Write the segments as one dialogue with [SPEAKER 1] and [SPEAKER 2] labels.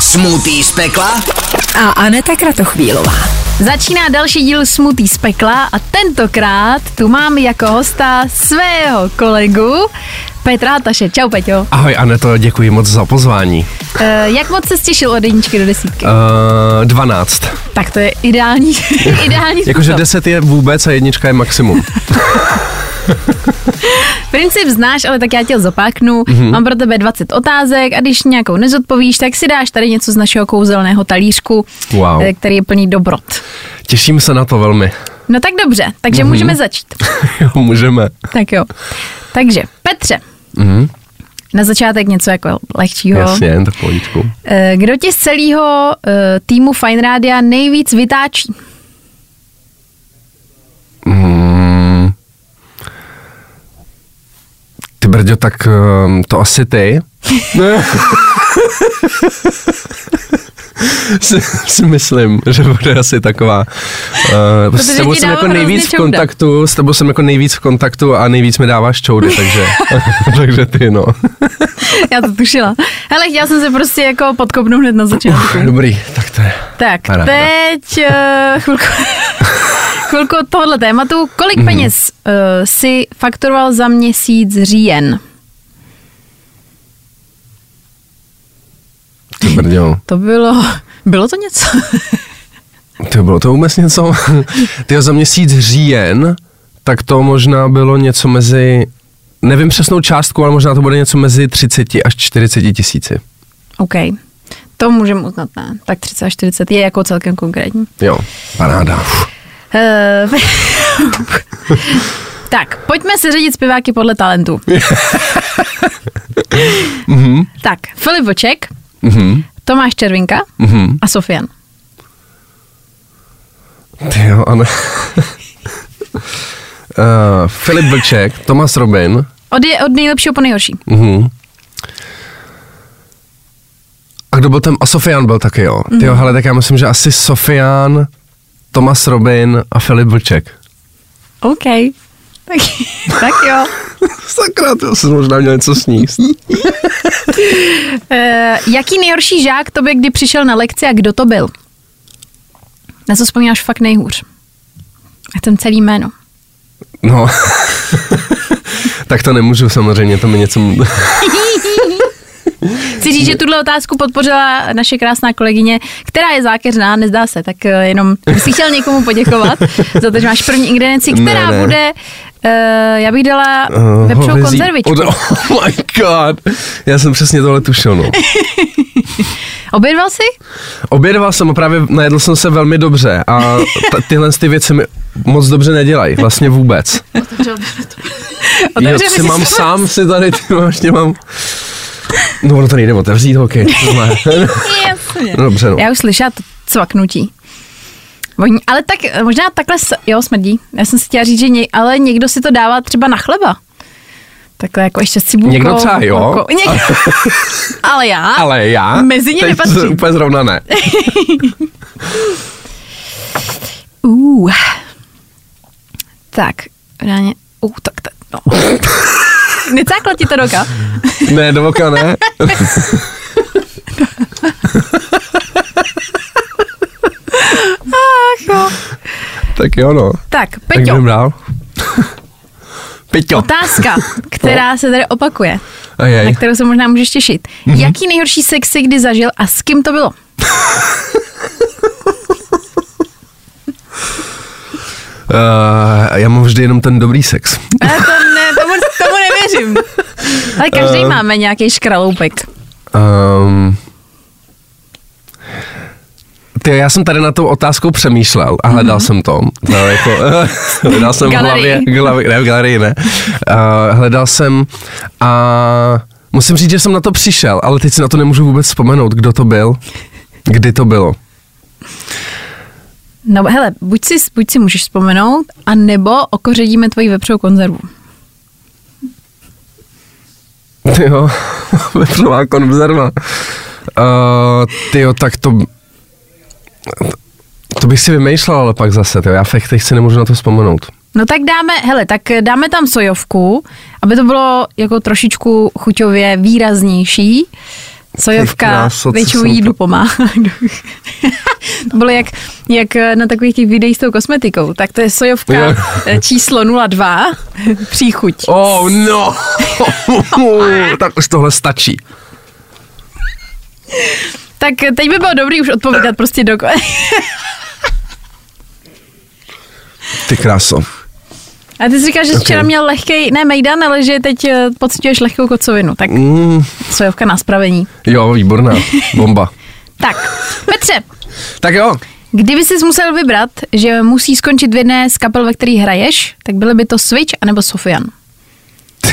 [SPEAKER 1] Smutý z pekla
[SPEAKER 2] a Aneta Kratochvílová.
[SPEAKER 3] Začíná další díl Smutý z pekla a tentokrát tu mám jako hosta svého kolegu Petra Hataše. Čau Peťo.
[SPEAKER 4] Ahoj Aneto, děkuji moc za pozvání.
[SPEAKER 3] E, jak moc se těšil od jedničky do desítky?
[SPEAKER 4] Uh, 12.
[SPEAKER 3] Tak to je ideální, ideální
[SPEAKER 4] Jakože
[SPEAKER 3] způsob.
[SPEAKER 4] 10 je vůbec a jednička je maximum.
[SPEAKER 3] Princip znáš, ale tak já tě ho zopáknu.
[SPEAKER 4] Mhm.
[SPEAKER 3] Mm-hmm. Mám pro tebe 20 otázek a když nějakou nezodpovíš, tak si dáš tady něco z našeho kouzelného talířku,
[SPEAKER 4] Wow.
[SPEAKER 3] e, který je plný dobrot.
[SPEAKER 4] Těším se na to velmi.
[SPEAKER 3] No tak dobře, takže
[SPEAKER 4] Mhm.
[SPEAKER 3] mm-hmm. můžeme začít.
[SPEAKER 4] jo, můžeme.
[SPEAKER 3] Tak jo. Takže, Petře,
[SPEAKER 4] Mhm.
[SPEAKER 3] na začátek něco jako lehčího.
[SPEAKER 4] Jasně, jen tak políčku.
[SPEAKER 3] Eh, Kdo tě z celého eh, týmu Fine Rádia nejvíc vytáčí?
[SPEAKER 4] Mm. Ty brďo, tak ehm, to asi ty. si, si myslím, že bude asi taková. Uh,
[SPEAKER 3] Protože
[SPEAKER 4] s tebou
[SPEAKER 3] ti
[SPEAKER 4] jsem
[SPEAKER 3] dávám
[SPEAKER 4] jako nejvíc
[SPEAKER 3] hrozně
[SPEAKER 4] v
[SPEAKER 3] čouda.
[SPEAKER 4] kontaktu, s tebou jsem jako nejvíc v kontaktu a nejvíc mi dáváš čoudy, takže, takže ty no.
[SPEAKER 3] Já to tušila. Hele, já jsem se prostě jako podkopnout hned na začátku.
[SPEAKER 4] Dobrý, tak to je.
[SPEAKER 3] Tak,
[SPEAKER 4] Paráda.
[SPEAKER 3] teď eh, chvilku, chvilku od tohohle tématu. Kolik peněz eh, si fakturoval za měsíc říjen?
[SPEAKER 4] Ty brďo.
[SPEAKER 3] To bylo, bylo to něco?
[SPEAKER 4] To bylo to vůbec něco? Ty za měsíc říjen, tak to možná bylo něco mezi, nevím přesnou částku, ale možná to bude něco mezi 30 až 40 tisíci.
[SPEAKER 3] OK, to můžeme uznat, ne? Tak 30 až 40 je jako celkem konkrétní.
[SPEAKER 4] Jo, paráda. Uf.
[SPEAKER 3] Eh, tak, pojďme se řídit zpěváky podle talentu. tak, Filip Vlček,
[SPEAKER 4] Mhm,
[SPEAKER 3] Tomáš Červinka
[SPEAKER 4] mhm.
[SPEAKER 3] a Sofian.
[SPEAKER 4] Ty jo, ano. Uh, Filip Vlček, Tomas Robin.
[SPEAKER 3] Od, je, od nejlepšího po nejhorší.
[SPEAKER 4] Mhm. A kdo byl tam? A Sofian byl taky, jo. Ty jo, hele, tak já myslím, že asi Sofian, Tomas Robin a Filip Vlček.
[SPEAKER 3] OK. Tak, tak jo.
[SPEAKER 4] Sakra, to jsem možná měl něco sníst.
[SPEAKER 3] Eh, jaký nejhorší žák tobě kdy přišel na lekci a kdo to byl? Na co vzpomínáš fakt nejhůř? A ten celý jméno.
[SPEAKER 4] No, tak to nemůžu samozřejmě, to mi něco...
[SPEAKER 3] Chci říct, že tuhle otázku podpořila naše krásná kolegyně, která je zákeřná, nezdá se, tak eh, jenom bych si chtěl někomu poděkovat za to, že máš první ingredienci, která
[SPEAKER 4] Ne, ne.
[SPEAKER 3] bude, eh, já bych dala vepřovou
[SPEAKER 4] hovězí-
[SPEAKER 3] konzervičku.
[SPEAKER 4] Od, oh my god, já jsem přesně tohle tušil, no.
[SPEAKER 3] Obědval jsi?
[SPEAKER 4] Obědoval jsem a právě najedl jsem se velmi dobře a t- tyhle ty věci mi moc dobře nedělají, vlastně vůbec. Jo,
[SPEAKER 3] Otevřeli
[SPEAKER 4] si
[SPEAKER 3] jsi
[SPEAKER 4] mám
[SPEAKER 3] No, si-
[SPEAKER 4] sám si tady, ty vlastně mám... No, ono to nejde otevřít, ok. tohle.
[SPEAKER 3] Jasně.
[SPEAKER 4] No, dobře, no.
[SPEAKER 3] Já už slyšela to cvaknutí. Voní, ale tak eh, možná takhle, s- jo, smrdí. Já jsem si chtěla říct, že něj, ale někdo si to dává třeba na chleba. Takhle jako ještě s cibulkou.
[SPEAKER 4] Někdo třeba jo.
[SPEAKER 3] horkou. Někdo, ale já.
[SPEAKER 4] Ale já
[SPEAKER 3] Mezi ně
[SPEAKER 4] teď
[SPEAKER 3] nepatřím.
[SPEAKER 4] z- úplně zrovna ne.
[SPEAKER 3] Uh. Tak, ráně. Uh, tak, tak no. Necákla ti to roka?
[SPEAKER 4] Ne, do oka ne.
[SPEAKER 3] Ach jo.
[SPEAKER 4] Tak jo, no.
[SPEAKER 3] No. Tak,
[SPEAKER 4] Tak
[SPEAKER 3] Peťo,
[SPEAKER 4] jdem dál. Peťo.
[SPEAKER 3] otázka, která se tady opakuje,
[SPEAKER 4] Ajaj.
[SPEAKER 3] na kterou se možná můžeš těšit. Mm-hmm. Jaký nejhorší sex jsi kdy zažil a s kým to bylo?
[SPEAKER 4] Uh, já mám vždy jenom ten dobrý sex.
[SPEAKER 3] Ne, to ne, tomu, tomu nevěřím. Ale každý um. máme nějaký škraloupek.
[SPEAKER 4] Um, ty, já jsem tady na tou otázkou přemýšlel a hledal jsem to. No, jako, hledal jsem v
[SPEAKER 3] Mhm. Galerii.
[SPEAKER 4] hlavě, hlavě, ne, v galerii ne. Uh, hledal jsem a musím říct, že jsem na to přišel, ale teď si na to nemůžu vůbec vzpomenout, kdo to byl, kdy to bylo.
[SPEAKER 3] No hele, buď si, buď si můžeš vzpomenout, anebo okoředíme tvoji vepřovou konzervu.
[SPEAKER 4] Jo, vepřová konzerva. Uh, tyjo, tak to... To bych si vymýšlel, ale pak zase, tyjo, já fakt teď si nemůžu na to vzpomenout.
[SPEAKER 3] No tak dáme, hele, tak dáme tam sojovku, aby to bylo jako trošičku chuťově výraznější. Sojovka,
[SPEAKER 4] kráso, co
[SPEAKER 3] většinou
[SPEAKER 4] jsem
[SPEAKER 3] jídlu
[SPEAKER 4] to-
[SPEAKER 3] pomáhá. to bylo jak, jak na takových těch videích s tou kosmetikou. Tak to je sojovka
[SPEAKER 4] Jo.
[SPEAKER 3] eh, číslo 02, příchuť.
[SPEAKER 4] Oh no! tak už tohle stačí.
[SPEAKER 3] Tak eh, teď by bylo dobrý už odpovídat prostě do...
[SPEAKER 4] Ty kráso.
[SPEAKER 3] A ty jsi říkal, že jsi
[SPEAKER 4] Ok.
[SPEAKER 3] včera měl lehkej, ne mejdan, ale že teď eh, pociťuješ lehkou kocovinu. Tak
[SPEAKER 4] Mm,
[SPEAKER 3] sojovka na spravení.
[SPEAKER 4] jo, výborná. Bomba.
[SPEAKER 3] Tak, Petře,
[SPEAKER 4] Tak jo.
[SPEAKER 3] kdyby jsi musel vybrat, že musí skončit v jedné z kapel, ve který hraješ, tak byly by to Switch anebo Sofian.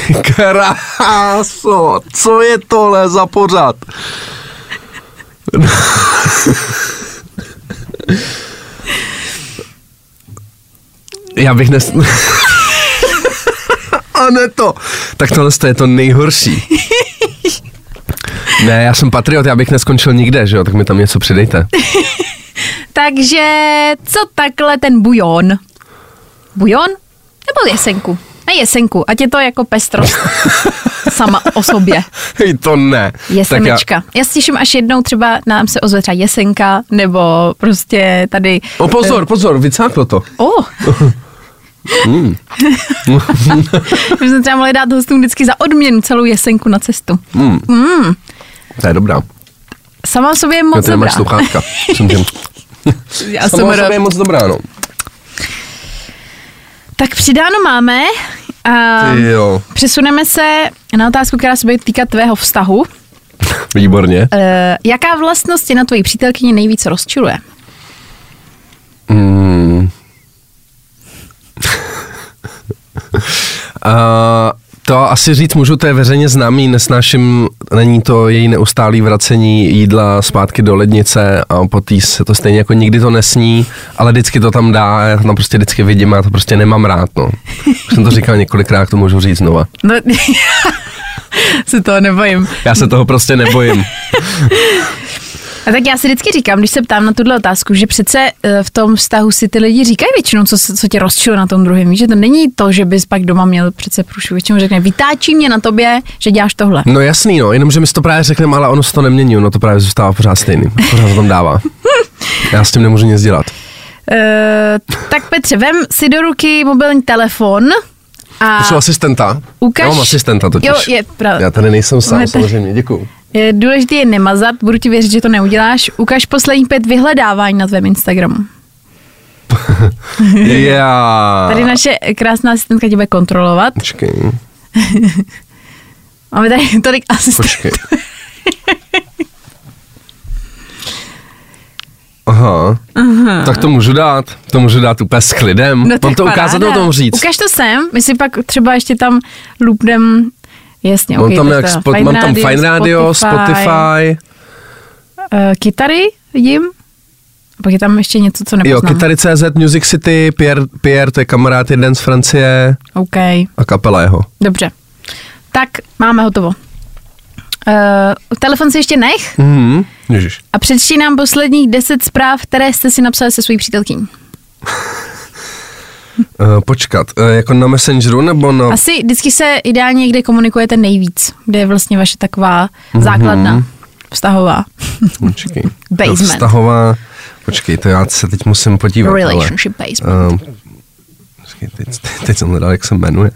[SPEAKER 4] Ty kráso, co je tohle za pořad? Já bych nes... A ne to. Tak tohle je to nejhorší. Ne, já jsem patriot, já bych neskončil nikde, že jo, tak mi tam něco přidejte.
[SPEAKER 3] Takže co takhle ten bujon? Bujon? Nebo jesenku? Ne jesenku, ať je to jako pestrost. Sama o sobě.
[SPEAKER 4] Hej, to ne. Tak
[SPEAKER 3] Jesenečka. Já, já se těším, až jednou třeba nám se ozve třeba jesenka, nebo prostě tady...
[SPEAKER 4] já... O pozor, pozor, vycáklo to.
[SPEAKER 3] O! Oh.
[SPEAKER 4] Hmm.
[SPEAKER 3] My jsme třeba mohli dát hostům vždycky za odměnu celou jesenku na cestu.
[SPEAKER 4] Mm.
[SPEAKER 3] Mm.
[SPEAKER 4] To je dobrá.
[SPEAKER 3] Sama o sobě je moc
[SPEAKER 4] Moc
[SPEAKER 3] dobrá.
[SPEAKER 4] nemáš sluchátka. Jsem tím.
[SPEAKER 3] Já jsem
[SPEAKER 4] Sama o
[SPEAKER 3] rád.
[SPEAKER 4] sobě je moc dobrá, no.
[SPEAKER 3] Tak přidáno máme. A
[SPEAKER 4] Ty jo.
[SPEAKER 3] přesuneme se na otázku, která se bude týkat tvého vztahu.
[SPEAKER 4] Výborně.
[SPEAKER 3] Eh, jaká vlastnost je na tvojí přítelkyni nejvíc rozčiluje?
[SPEAKER 4] Mm. A to asi říct můžu, to je veřejně známý, nesnáším, není to její neustálý vracení jídla zpátky do lednice a potý se to stejně jako nikdy to nesní, ale vždycky to tam dá, já to tam prostě vždycky vidím a já to prostě nemám rád, no. Už jsem to říkal několikrát, to můžu říct znova.
[SPEAKER 3] No, se toho nebojím.
[SPEAKER 4] Já se toho prostě nebojím.
[SPEAKER 3] A tak já si vždycky říkám, když se ptám na tuhle otázku, že přece eh, v tom vztahu si ty lidi říkají většinou, co, se- co tě rozčiluje na tom druhém. Víš, že to není to, že bys pak doma měl přece průšu. Většinou řekne, vytáčí mě na tobě, že děláš tohle.
[SPEAKER 4] No jasný, no, jenomže my si to právě řekneme, ale ono se to nemění, ono to právě zůstává pořád stejný, pořád to tam dává. Já s tím nemůžu nic dělat.
[SPEAKER 3] E, tak Petře, vem si do ruky mobilní telefon a
[SPEAKER 4] Jsou asistenta.
[SPEAKER 3] ukaž...
[SPEAKER 4] Já mám asistenta totiž.
[SPEAKER 3] Jo, je pravda.
[SPEAKER 4] Já tady nejsem sám,
[SPEAKER 3] Ne,
[SPEAKER 4] ne,
[SPEAKER 3] tak-
[SPEAKER 4] samozřejmě, děkuju.
[SPEAKER 3] Je důležité je nemazat, budu ti věřit, že to neuděláš. Ukaž poslední pět vyhledávání na tvém Instagramu.
[SPEAKER 4] Já.
[SPEAKER 3] Tady naše krásná asistentka tě bude kontrolovat.
[SPEAKER 4] Počkej,
[SPEAKER 3] Máme tady tolik asistentů.
[SPEAKER 4] počkej. Aha. Aha. Tak to můžu dát, to můžu dát úplně s klidem.
[SPEAKER 3] No, tak
[SPEAKER 4] Mám to
[SPEAKER 3] paráda.
[SPEAKER 4] ukázat, nebo tomu říct?
[SPEAKER 3] Ukaž to sem, my si pak třeba ještě tam lupnem, jasně,
[SPEAKER 4] Mám
[SPEAKER 3] okay,
[SPEAKER 4] tam,
[SPEAKER 3] tak
[SPEAKER 4] jak
[SPEAKER 3] to-
[SPEAKER 4] spot, mám tam Fine Radio, Spotify.
[SPEAKER 3] eh, kytary, vidím. A pak je tam ještě něco, co
[SPEAKER 4] Jo,
[SPEAKER 3] nepoznám.
[SPEAKER 4] kytary CZ, Music City, Pierre, Pierre, to je kamarád jeden z Francie
[SPEAKER 3] OK,
[SPEAKER 4] a kapela jeho.
[SPEAKER 3] dobře. Tak, máme hotovo. Uh, telefon si ještě nech
[SPEAKER 4] Mhm. Ježiš.
[SPEAKER 3] a přečti nám posledních 10 zpráv, které jste si napsali se svojí přítelkyní.
[SPEAKER 4] Uh, počkat, uh, jako na Messengeru nebo na...
[SPEAKER 3] Asi vždycky se ideálně kde komunikujete nejvíc, kde je vlastně vaše taková
[SPEAKER 4] Mhm.
[SPEAKER 3] základna vztahová.
[SPEAKER 4] Počkej.
[SPEAKER 3] Basement.
[SPEAKER 4] Jo, Vztahová... Počkej, to já se teď musím podívat. ale-
[SPEAKER 3] Relationship basement.
[SPEAKER 4] Ehm, Počkej, teď, teď, teď jsem hledal, jak se jmenuje.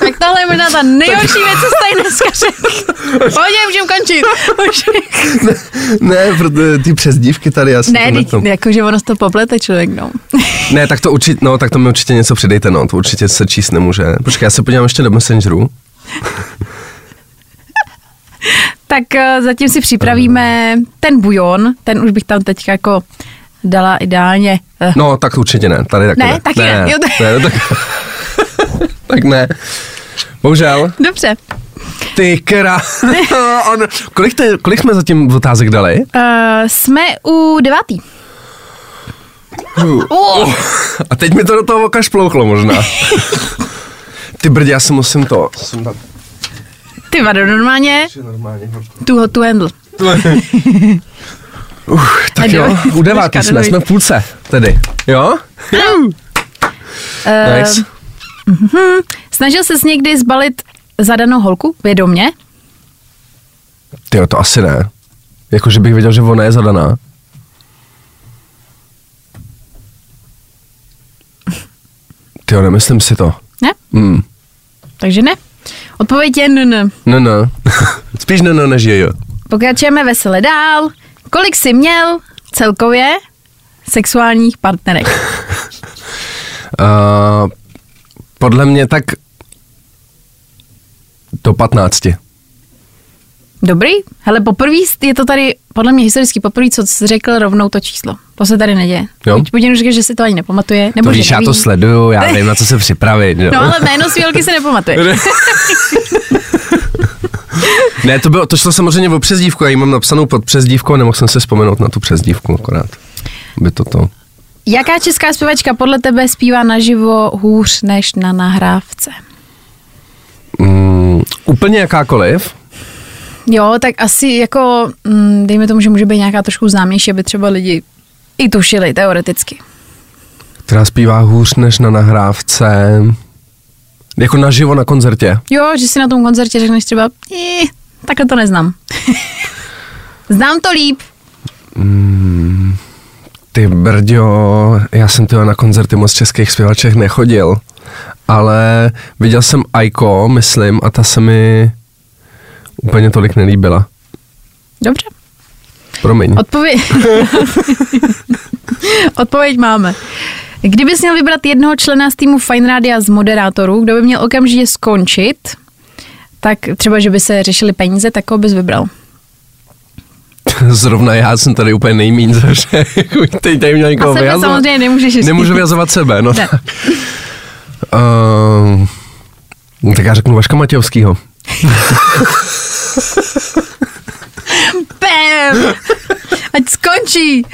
[SPEAKER 3] Tak tohle je možná ta nejhorší věc, co jste tady dneska řekl. Pojď, můžeme končit. Už.
[SPEAKER 4] Ne, protože ty přezdívky tady, já si
[SPEAKER 3] Ne,
[SPEAKER 4] to
[SPEAKER 3] teď,
[SPEAKER 4] nepam-
[SPEAKER 3] jakože ono se to poplete člověk, no.
[SPEAKER 4] ne, tak to určitě, no, tak to mi určitě něco přidejte, no, to určitě se číst nemůže. Počkej, já se podívám ještě do Messengeru.
[SPEAKER 3] Tak eh, zatím si připravíme ten bujon, ten už bych tam teď jako dala ideálně. eh,
[SPEAKER 4] No, tak určitě ne, tady taky
[SPEAKER 3] Ne,
[SPEAKER 4] ne.
[SPEAKER 3] taky ne, jo, tak-
[SPEAKER 4] ne, no, tak, tak ne. Bohužel.
[SPEAKER 3] Dobře.
[SPEAKER 4] Ty kra... No, On, kolik, te, kolik jsme zatím otázek dali?
[SPEAKER 3] Uh, jsme u devátý. Uh,
[SPEAKER 4] A teď mi to do toho oka šplouchlo možná. Ty brdě, já si musím to... Jsem tak
[SPEAKER 3] ty vado, normálně
[SPEAKER 4] normálně.
[SPEAKER 3] tu hot to handle.
[SPEAKER 4] Uf, tak
[SPEAKER 3] Jdeme.
[SPEAKER 4] jo, u devátý
[SPEAKER 3] Počkat,
[SPEAKER 4] jsme,
[SPEAKER 3] jdeme.
[SPEAKER 4] jsme v půlce tedy, jo?
[SPEAKER 3] Eh,
[SPEAKER 4] Nice.
[SPEAKER 3] Ehm, Snažil ses někdy zbalit za danou holku vědomě?
[SPEAKER 4] Ty to asi ne. Jako, že bych věděl, že ona je zadaná. Ty nemyslím si to.
[SPEAKER 3] Ne?
[SPEAKER 4] Hmm.
[SPEAKER 3] Takže ne. Odpověď je nn.
[SPEAKER 4] No, no. Spíš no, no, než je, jo.
[SPEAKER 3] Pokračujeme vesele dál. Kolik jsi měl celkově sexuálních partnerek?
[SPEAKER 4] Uh, podle mě tak do 15.
[SPEAKER 3] Dobrý. Hele, poprvé je to tady, podle mě historicky poprvé, co jsi řekl rovnou to číslo. To se tady neděje.
[SPEAKER 4] Jo.
[SPEAKER 3] Buď Budinu říká, že si to ani nepamatuje. Nebo
[SPEAKER 4] to
[SPEAKER 3] že
[SPEAKER 4] víš, já
[SPEAKER 3] neví.
[SPEAKER 4] to sleduju, já vím, na co se připravit. Jo.
[SPEAKER 3] No ale jméno svílky se nepamatuje.
[SPEAKER 4] Ne, to, bylo, to šlo samozřejmě o přezdívku, já ji mám napsanou pod přezdívkou, nemohl jsem se vzpomenout na tu přezdívku akorát. By to to.
[SPEAKER 3] Jaká česká zpěvačka podle tebe zpívá naživo hůř než na nahrávce?
[SPEAKER 4] Mm, úplně jakákoliv,
[SPEAKER 3] Jo, tak asi jako, mm, dejme tomu, že může být nějaká trošku známější, aby třeba lidi i tušili teoreticky.
[SPEAKER 4] která zpívá hůř než na nahrávce, jako naživo na koncertě.
[SPEAKER 3] Jo, že si na tom koncertě řekneš třeba, "Eh, takhle to neznám. Znám to líp.
[SPEAKER 4] Ty brďo, já jsem tyhle na koncerty moc českých zpěvaček nechodil, ale viděl jsem Aiko, myslím, a ta se mi úplně tolik nelíbila.
[SPEAKER 3] Dobře.
[SPEAKER 4] Promiň.
[SPEAKER 3] Odpověď... Odpověď máme. Kdybys měl vybrat jednoho člena z týmu Fine Radia z moderátorů, kdo by měl okamžitě skončit, tak třeba, že by se řešili peníze, tak koho bys vybral?
[SPEAKER 4] Zrovna já jsem tady úplně nejmín ze všech. Teď tady měl někoho
[SPEAKER 3] A sebe
[SPEAKER 4] vyhazovat.
[SPEAKER 3] samozřejmě nemůžeš říct.
[SPEAKER 4] Nemůžu vyhazovat sebe, no.
[SPEAKER 3] Ne.
[SPEAKER 4] tak. Ehm, no tak já řeknu Vaška Matějovskýho.
[SPEAKER 3] Pem! Ať skončí!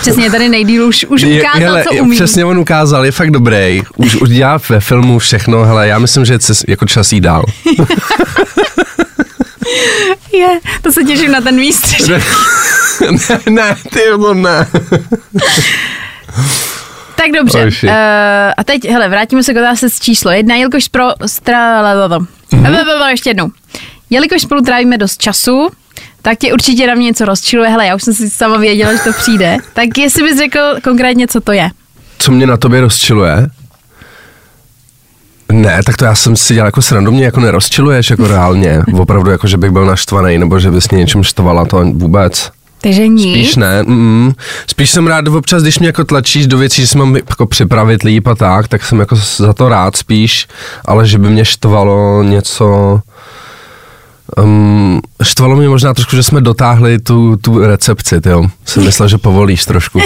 [SPEAKER 3] Přesně, tady nejdýl už, už
[SPEAKER 4] Je-
[SPEAKER 3] ukázal,
[SPEAKER 4] hele,
[SPEAKER 3] co
[SPEAKER 4] je-
[SPEAKER 3] umí.
[SPEAKER 4] Přesně on ukázal, je fakt dobrý. Už, už dělá ve filmu všechno, hele, já myslím, že cest, jako čas jít dál.
[SPEAKER 3] Je, to se těším na ten výstřel.
[SPEAKER 4] ne, ne, ne, ty vole, ne.
[SPEAKER 3] Tak dobře.
[SPEAKER 4] Oh,
[SPEAKER 3] Uh,
[SPEAKER 4] shit.
[SPEAKER 3] a teď, hele, vrátíme se k otázce z číslo jedna, jelikož pro... Stra...
[SPEAKER 4] Mhm.
[SPEAKER 3] Mm-hmm. Ještě jednou. Jelikož spolu trávíme dost času, tak tě určitě na mě něco rozčiluje. Hele, já už jsem si sama věděla, že to přijde. Tak jestli bys řekl konkrétně, co to je.
[SPEAKER 4] Co mě na tobě rozčiluje? Ne, tak to já jsem si dělal jako srandu, mě jako nerozčiluješ jako reálně, opravdu jako, že bych byl naštvaný, nebo že bys mě něčím štvala, to vůbec.
[SPEAKER 3] Takže nic.
[SPEAKER 4] Spíš ne, mm, spíš jsem rád občas, když mě jako tlačíš do věcí, že si mám jako připravit líp a tak, tak jsem jako za to rád spíš, ale že by mě štvalo něco, um, štvalo mě možná trošku, že jsme dotáhli tu, tu recepci, jo. Jsem myslel, že povolíš trošku.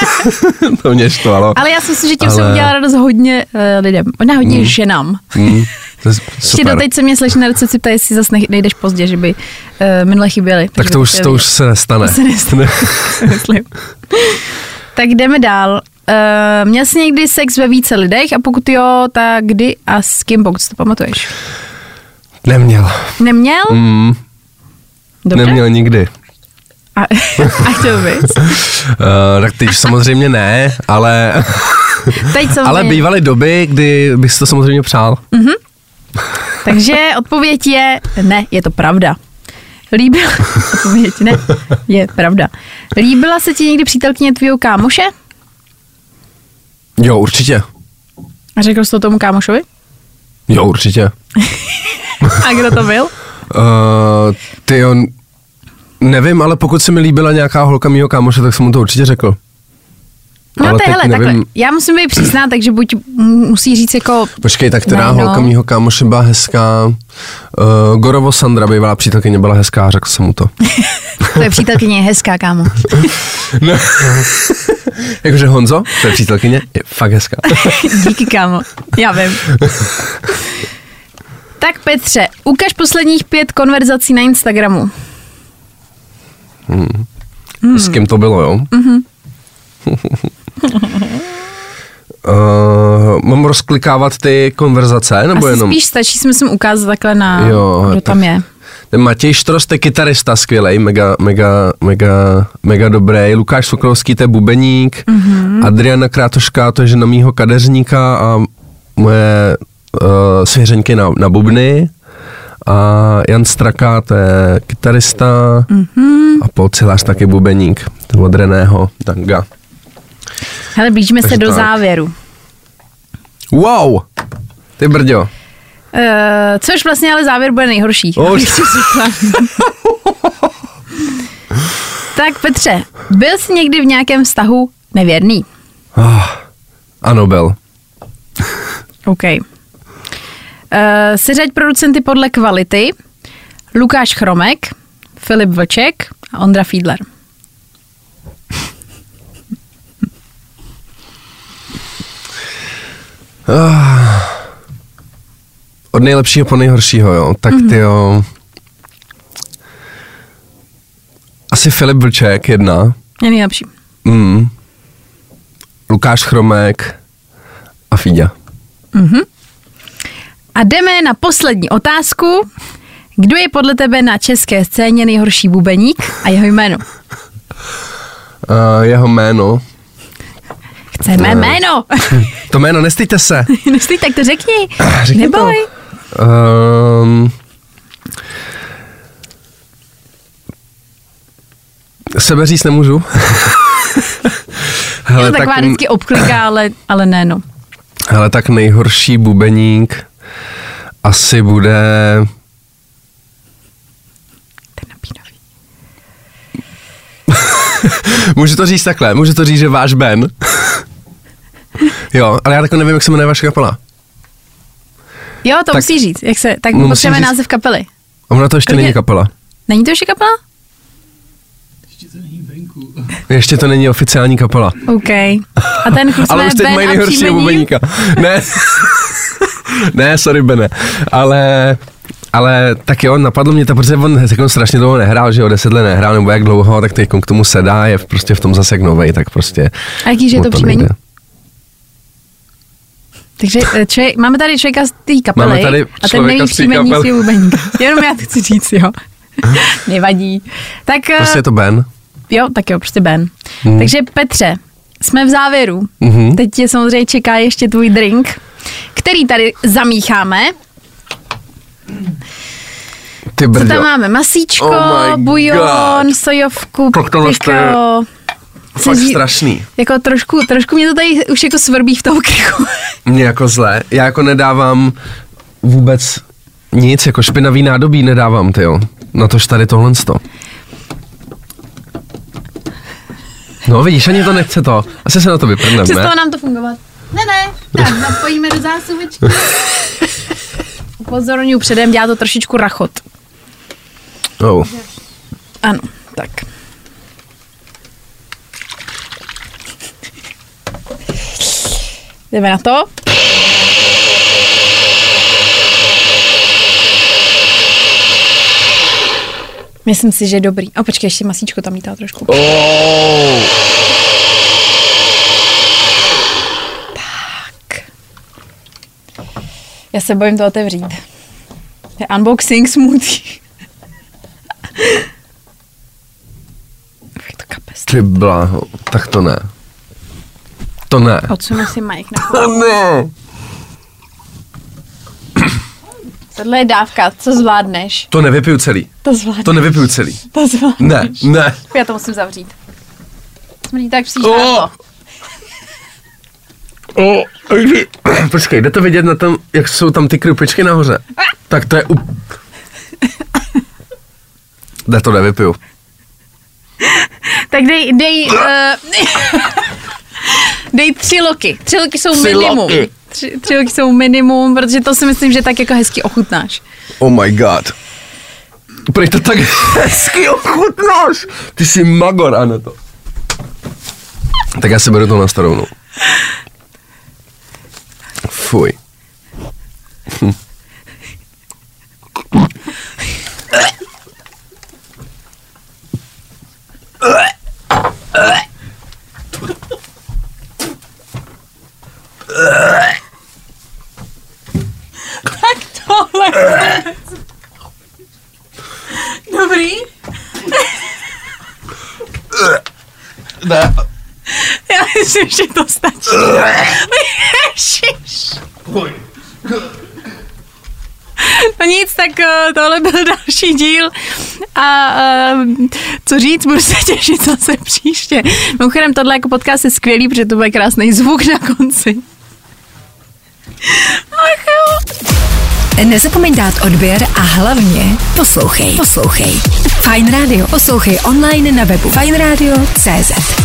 [SPEAKER 4] to mě štvalo.
[SPEAKER 3] Ale já si myslím, že tím jsem
[SPEAKER 4] Ale-
[SPEAKER 3] udělala radost hodně uh, lidem. Možná hodně ženám.
[SPEAKER 4] Mm, to je s-
[SPEAKER 3] Hmm. Ještě
[SPEAKER 4] super.
[SPEAKER 3] to teď se mě slyší na recepci, ptá, jestli zase nech- nejdeš pozdě, že by uh, minule chyběly.
[SPEAKER 4] tak
[SPEAKER 3] Takže
[SPEAKER 4] to
[SPEAKER 3] bych
[SPEAKER 4] už, to
[SPEAKER 3] věděla.
[SPEAKER 4] už se nestane.
[SPEAKER 3] To se nestane. myslím. tak jdeme dál. Uh, měl jsi někdy sex ve více lidech a pokud jo, tak kdy a s kým, pokud si to pamatuješ?
[SPEAKER 4] Neměl.
[SPEAKER 3] Neměl?
[SPEAKER 4] Mm,
[SPEAKER 3] Dobře.
[SPEAKER 4] neměl nikdy.
[SPEAKER 3] A, a chtěl bys.
[SPEAKER 4] Uh, tak teď samozřejmě ne, ale...
[SPEAKER 3] Teď samozřejmě. Mm.
[SPEAKER 4] Ale bývaly doby, kdy bych si to samozřejmě přál.
[SPEAKER 3] Takže odpověď je ne, je to pravda. Líbila, odpověď ne, je pravda. Líbila se ti někdy přítelkyně tvýho kámoše?
[SPEAKER 4] Jo, určitě.
[SPEAKER 3] A řekl jsi to tomu kámošovi?
[SPEAKER 4] Jo, určitě.
[SPEAKER 3] A kdo to byl?
[SPEAKER 4] Uh, ty on... Nevím, ale pokud se mi líbila nějaká holka mýho kámoše, tak jsem mu to určitě řekl.
[SPEAKER 3] No
[SPEAKER 4] Ale
[SPEAKER 3] to je,
[SPEAKER 4] teď
[SPEAKER 3] hele, takhle.
[SPEAKER 4] nevím.
[SPEAKER 3] Já musím být přísná, takže buď mm, musí říct jako
[SPEAKER 4] Počkej, tak která
[SPEAKER 3] Ne, no.
[SPEAKER 4] holka mýho kámoše byla hezká. Uh, Gorovo Sandra, bývalá přítelkyně, byla hezká, řekl jsem mu to.
[SPEAKER 3] Tvoje přítelkyně je hezká, kámo.
[SPEAKER 4] No. Jakože Honzo, to je přítelkyně, je fakt hezká.
[SPEAKER 3] Díky, kámo. Já vím. Tak Petře, ukaž posledních pět konverzací na Instagramu.
[SPEAKER 4] S kým to bylo, jo? uh, mám rozklikávat ty konverzace, nebo
[SPEAKER 3] Asi
[SPEAKER 4] jenom?
[SPEAKER 3] spíš stačí si myslím ukázat takhle na,
[SPEAKER 4] Jo,
[SPEAKER 3] kdo
[SPEAKER 4] tak-
[SPEAKER 3] tam je.
[SPEAKER 4] Ten Matěj Štrost je kytarista skvělej, mega, mega, mega, mega dobrý. Lukáš Sokrovský, to je bubeník. Mm-hmm. Adriana Krátoška, to je žena mýho kadeřníka a moje uh, svěřenky na, na bubny a Jan Straka, to je kytarista mm-hmm. a Paul Celář taky bubeník to od Reného Danga.
[SPEAKER 3] Hele, blížíme se
[SPEAKER 4] Takže
[SPEAKER 3] do
[SPEAKER 4] tak.
[SPEAKER 3] závěru.
[SPEAKER 4] Wow! Ty brďo.
[SPEAKER 3] Eh, což vlastně ale závěr bude nejhorší.
[SPEAKER 4] Už.
[SPEAKER 3] abych ti řekla. tak Petře, byl jsi někdy v nějakém vztahu nevěrný?
[SPEAKER 4] Ah, ano, byl.
[SPEAKER 3] OK. Uh, seřaď producenty podle kvality. Lukáš Chromek, Filip Vlček a Ondra Fiedler.
[SPEAKER 4] Od nejlepšího po nejhoršího, jo. Tak mm-hmm. ty jo. Asi Filip Vlček, jedna.
[SPEAKER 3] Je nejlepší.
[SPEAKER 4] Mm. Lukáš Chromek a Fíďa.
[SPEAKER 3] A jdeme na poslední otázku. Kdo je podle tebe na české scéně nejhorší bubeník a jeho jméno?
[SPEAKER 4] Uh, jeho jméno.
[SPEAKER 3] Chceme jméno.
[SPEAKER 4] To jméno, nestyďte se.
[SPEAKER 3] Nestoj, tak to řekni.
[SPEAKER 4] Řekni
[SPEAKER 3] Neboj.
[SPEAKER 4] To. Um, sebe říct nemůžu.
[SPEAKER 3] Je
[SPEAKER 4] hele,
[SPEAKER 3] to taková
[SPEAKER 4] tak,
[SPEAKER 3] No, tak... vždycky obkliká, ale, ale ne, no.
[SPEAKER 4] hele, tak nejhorší bubeník asi bude...
[SPEAKER 3] Ten napínavý.
[SPEAKER 4] Můžu to říct takhle, můžu to říct, že váš Ben. jo, ale já takhle nevím, jak se jmenuje vaše kapela.
[SPEAKER 3] Jo, to
[SPEAKER 4] Tak-
[SPEAKER 3] tak, musí říct. Jak se, tak
[SPEAKER 4] No, musí
[SPEAKER 3] potřebujeme
[SPEAKER 4] říct-
[SPEAKER 3] název kapely.
[SPEAKER 4] A ona to ještě
[SPEAKER 3] Kromě-
[SPEAKER 4] není kapela.
[SPEAKER 3] Není to ještě kapela?
[SPEAKER 4] Ještě to není oficiální kapela.
[SPEAKER 3] OK. A ten kluk
[SPEAKER 4] Ale
[SPEAKER 3] jsme
[SPEAKER 4] už teď
[SPEAKER 3] Ben
[SPEAKER 4] mají
[SPEAKER 3] a
[SPEAKER 4] nejhoršího
[SPEAKER 3] příjmení?
[SPEAKER 4] bubeníka. Ne, ne, sorry Bene, ale... Ale tak jo, napadlo mě to, protože on jako strašně dlouho nehrál, že jo, deset let nehrál, nebo jak dlouho, tak teď k tomu sedá, je v- prostě v tom zase jak novej, tak prostě...
[SPEAKER 3] A jaký že je
[SPEAKER 4] mu
[SPEAKER 3] to příjmení?
[SPEAKER 4] nejde.
[SPEAKER 3] Takže eh, člověk, máme tady člověka z té kapely
[SPEAKER 4] Máme tady
[SPEAKER 3] a ten
[SPEAKER 4] člověka
[SPEAKER 3] není
[SPEAKER 4] z té
[SPEAKER 3] příjmení
[SPEAKER 4] kapely.
[SPEAKER 3] si bubeníka. Jenom já to chci říct, jo. Nevadí. Tak eh,
[SPEAKER 4] Prostě je to Ben.
[SPEAKER 3] jo, tak jo, prostě Ben.
[SPEAKER 4] Mhm.
[SPEAKER 3] Takže Petře, jsme v závěru.
[SPEAKER 4] Mhm.
[SPEAKER 3] Teď tě samozřejmě čeká ještě tvůj drink, který tady zamícháme.
[SPEAKER 4] Ty
[SPEAKER 3] Co
[SPEAKER 4] brďo.
[SPEAKER 3] tam máme? Masíčko,
[SPEAKER 4] Oh my
[SPEAKER 3] bujon,
[SPEAKER 4] God.
[SPEAKER 3] sojovku,
[SPEAKER 4] Tak tohle to je
[SPEAKER 3] piko. Chci
[SPEAKER 4] Fakt
[SPEAKER 3] říct-
[SPEAKER 4] strašný.
[SPEAKER 3] Jako trošku, trošku mě to tady už jako svrbí v tom krku.
[SPEAKER 4] Mě jako zlé. Já jako nedávám vůbec nic, jako špinavý nádobí nedávám, ty jo. Na tož tady tohle sto. No vidíš, ani to nechce to. Asi se na to vyprdneme.
[SPEAKER 3] Přestalo nám to fungovat. Ne, ne, tak napojíme do zásuvečky. Upozorňuji předem, dělá to trošičku rachot.
[SPEAKER 4] Oh.
[SPEAKER 3] Ano, tak. Jdeme na to. Myslím si, že je dobrý. O, počkej, ještě masíčko tam lítá trošku.
[SPEAKER 4] Oh.
[SPEAKER 3] Já se bojím to otevřít. To je unboxing smoothie. Jak to kape z toho.
[SPEAKER 4] Ty bláho, tak to ne. To ne.
[SPEAKER 3] Odsunu si Mike na půl.
[SPEAKER 4] To ne.
[SPEAKER 3] Tohle je dávka, co zvládneš?
[SPEAKER 4] To nevypiju celý.
[SPEAKER 3] To zvládneš.
[SPEAKER 4] To nevypiju celý.
[SPEAKER 3] To zvládneš.
[SPEAKER 4] Ne, ne.
[SPEAKER 3] Já to musím zavřít. Smrdí tak příště.
[SPEAKER 4] Oh. Oh. Počkej, jde to vidět na tom, jak jsou tam ty krupičky nahoře. Tak to je up... Ne, to nevypiju.
[SPEAKER 3] Tak dej, dej, uh, dej tři loky. Tři loky jsou
[SPEAKER 4] Tři
[SPEAKER 3] minimum.
[SPEAKER 4] loky.
[SPEAKER 3] Tři, tři loky jsou minimum, protože to si myslím, že tak jako hezky ochutnáš.
[SPEAKER 4] Oh my god. Prý to tak hezky ochutnáš. Ty jsi magor, ano to. Tak já si beru to na no. starovnu. Fuj. Hm.
[SPEAKER 3] Tohle. Dobrý?
[SPEAKER 4] Ne.
[SPEAKER 3] Já myslím, že to stačí. Ježiš.
[SPEAKER 4] Fuj.
[SPEAKER 3] No nic, tak eh, tohle byl další díl. A eh, co říct, budu se těšit zase příště. Mimochodem, tohle jako podcast je skvělý, protože to bude krásný zvuk na konci. Ach jo.
[SPEAKER 2] Nezapomeň dát odběr a hlavně poslouchej. Poslouchej. Fine Radio. Poslouchej online na webu fineradio.cz.